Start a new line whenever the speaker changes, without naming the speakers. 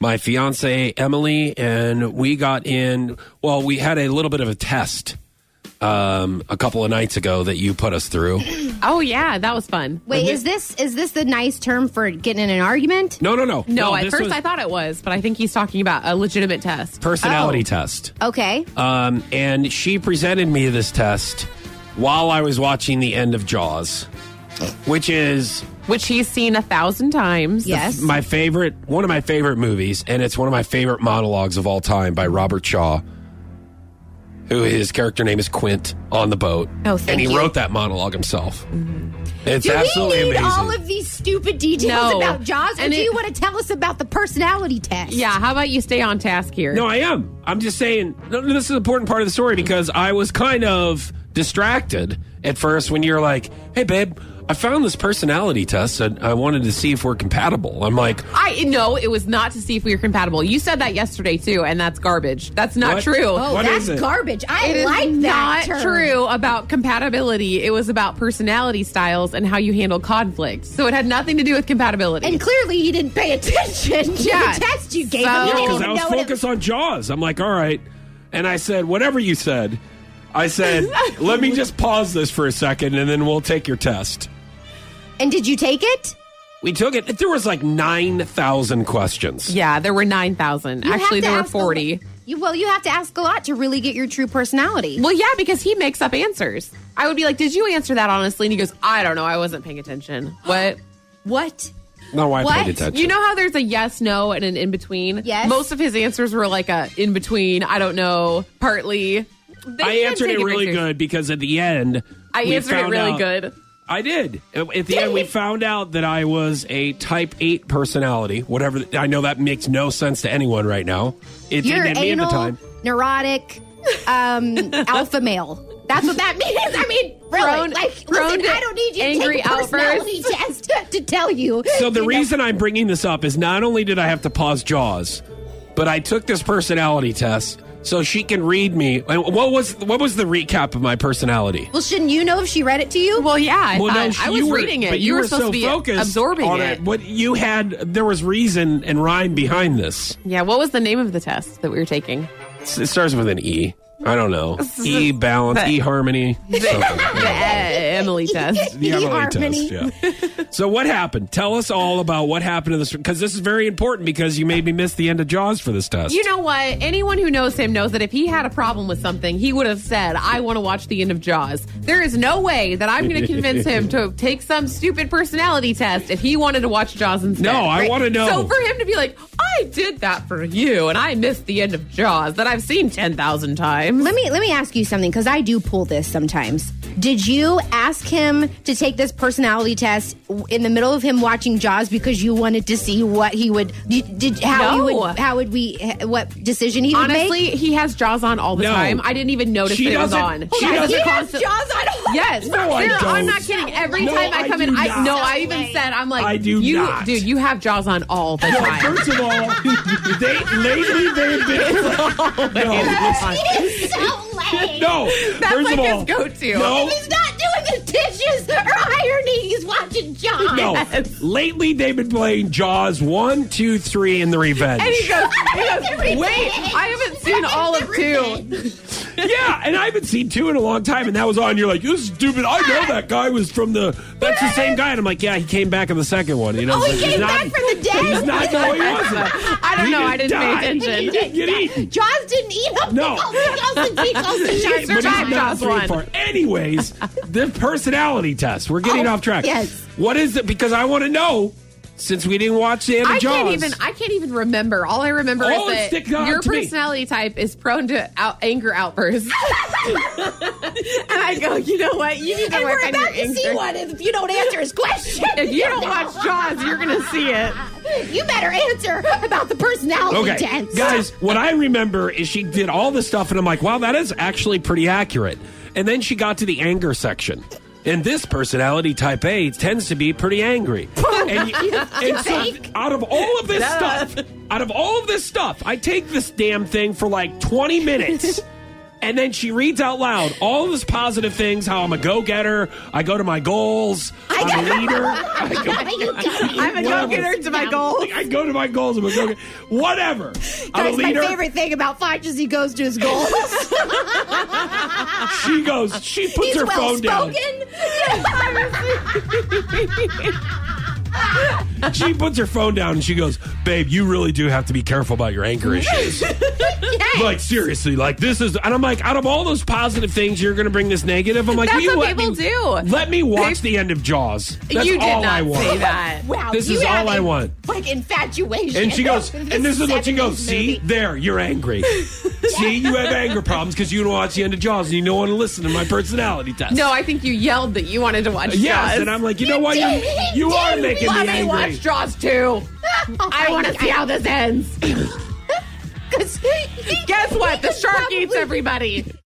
my fiance Emily and we got in. Well, we had a little bit of a test um, a couple of nights ago that you put us through.
Oh yeah, that was fun.
Wait, is this is this the nice term for getting in an argument?
No, no, no,
No, at
this
first
was
I thought it was, but I think he's talking about a legitimate test.
personality
Oh.
test.
Okay.
Um, and she presented me this test while I was watching the end of Jaws, which is
which he's seen a thousand times.
yes.
my favorite, one of my favorite movies, and it's one of my favorite monologues of all time by Robert Shaw, who his character name is Quint on the boat.
Oh, thank
And he
you.
wrote that monologue himself. It's
do we
absolutely
need
amazing.
all of these stupid details
No.
about Jaws, or
And
do
it-
you want to tell us about the personality test?
Yeah. How about you stay on task here?
no, I am. I'm just saying, no, no, this is an important part of the story because I was kind of distracted at first when you're like, hey, babe. I found this personality test and I wanted to see if we're compatible. I'm like,
I no, it was not to see if we were compatible. You said that yesterday too, and that's garbage. That's not
What?
true.
Oh,
What
that's
is it?
garbage. I
It is
like
not
that. term.
true about compatibility. It was about personality styles and how you handle conflict. So it had nothing to do with compatibility.
And clearly, he didn't pay attention to
Yeah.
the test you gave
So-
him.
Yeah,
He didn't
because
even
I was
know what it-
focused on Jaws. I'm like, all right. And I said, whatever you said, I said, let me just pause this for a second and then we'll take your test.
And did you take it?
We took it. There was like 9,000 questions.
yeah, there were nine thousand.
You have
Actually,
to
there were
ask a
forty.
lo- you, well, you have to ask a lot to really get your true personality.
Well, yeah, because he makes up answers. I would be like, "Did you answer that honestly?" And he goes, "I don't know. I wasn't paying attention." What?
What?
No, I
What?
paid attention.
You know how there's a yes, no, and an in between.
Yes.
Most of his answers were like a in between. I don't know. Partly. They
I
did
answered
take
it really
very seriously.
good because at the end,
I
we
answered it
found
really
out-
good.
I did. At at the end, we found out that I was a type 8 personality. Whatever. I know that makes no sense to anyone right now. It
You're
didn't at me at
anal,
the time.
neurotic, um, alpha male. That's what that means. I mean, really,
Prone-
like,
prone
listen,
to
I don't need you to
angry
take a personality test to tell you.
So the
you know,
reason I'm bringing this up is not only did I have to pause Jaws, but I took this personality test so she can read me. And What was what was the recap of my personality?
well, shouldn't you know if she read it to you?
Well, yeah, I,
Well,
thought,
she-
Uh, I was
you were-
reading it.
but
you, were, supposed to be absorbing
on
it.
What you had, there was reason and rhyme behind this.
Yeah, what was the name of the test that we were taking?
It starts with an E. I don't know. E balance,
the-
E harmony.
The E Emily test.
The Emily
E-harmony.
E test. Yeah. so what happened? Tell us all about what happened to this because this is very important because you made me miss the end of Jaws for this test.
You know what? Anyone who knows him knows that if he had a problem with something, he would have said, I want to watch the end of Jaws. There is no way that I'm going to convince him to take some stupid personality test if he wanted to watch Jaws instead.
No, I wanna know.
So for him to be like, I did that for you and I missed the end of Jaws that I've seen 10,000 times.
Let me let me ask you something because I do pull this sometimes. Did you ask him to take this personality test w- in the middle of him watching Jaws because you wanted to see what he would did, did how he
No.
would how would we what decision he would make?
Honestly, he has Jaws on all the
No.
time. I didn't even notice
She
that it was
doesn't-
on.
she
Guys,
doesn't-
they're
He
has
constant-
Jaws on all
Yes.
the time. No, I
Sarah, I'm
don't.
not kidding. Every
No,
time I
I
come in,
do
I
not.
no, I
No
even
way.
said, I'm like,
I do
you,
not.
dude, you have Jaws on all the
Well,
time.
first of all, they lately they've been no,
He's so lame.
no.
That's
first
like
of all,
his go-to.
No,
If he's not doing the dishes or ironing, he's watching Jaws.
no. Lately they've been playing Jaws one, two, three, and the Revenge.
And he goes, he goes,
Revenge.
wait, I haven't seen all of two.
yeah, and I haven't seen two in a long time, and that was on. You're like, this is stupid. I know that guy was from the. That's the same guy, and I'm like, yeah, he came back in the second one. You know,
Oh,
it's
he
like, he's
came
not-
back from the dead?
He's not. No, he wasn't.
I don't
He
know. I
just
didn't
died.
pay
He
attention.
didn't get eaten.
Jaws didn't eat him.
No.
Pickles, pickles, pickles, and sharks.
But
Back
he's Back
down
off
three
one.
apart. Anyways, the personality test. We're getting
Oh,
off track.
yes.
What is it? Because I want to know. Since we didn't watch the end of
I
Jaws,
can't even. I can't even remember. All I remember
Oh,
is that
stick it out
your
to me.
personality type is prone to out, anger outbursts. and I go, you know what? You need to
And
work
we're
on your
about to
anger.
see one if you don't answer his question.
If you don't watch Jaws, you're gonna see it.
You better answer about the personality
okay,
test.
guys. What I remember is she did all this stuff, and I'm like, wow, that is actually pretty accurate. And then she got to the anger section. And this personality type A tends to be pretty angry. And, you- and so, out of all of this stuff, out of all of this stuff, I take this damn thing for like 20 minutes. And then she reads out loud all of these positive things how I'm a go getter, I go to my goals, I am a leader, I go,
You got me.
I'm a
Whatever.
go getter to my
Yeah.
goal.
I go to my goals, I'm a go getter, whatever. I'm a
That's my
leader.
favorite thing about Foch is he goes to his goals.
She goes, she puts
He's
her
well
phone down.
spoken.
She puts her phone down and she goes, Babe, you really do have to be careful about your anchor issues. Like, seriously, like, this is. And I'm like, out of all those positive things, you're going to bring this negative? I'm like,
That's
will you
what
let
people
me,
do.
Let me watch the end of Jaws. That's
you did
all
not
I want.
say that.
Wow,
This
you
is all
have
I
in-
want.
Like infatuation.
And she goes,
with
and this is what she goes.
70s
See,
movie.
there, you're angry. See, you have anger problems because you don't watch the end of Jaws and you don't want to listen to my personality test.
No, I think you yelled that you wanted to watch
Uh, yes,
Jaws.
and I'm like, you know what?
did.
You,
He
you are
did.
making
Let
me
me
angry.
watch Jaws 2. I want to see how this ends.
'Cause he-
Guess what? The
could
shark
probably-
eats everybody.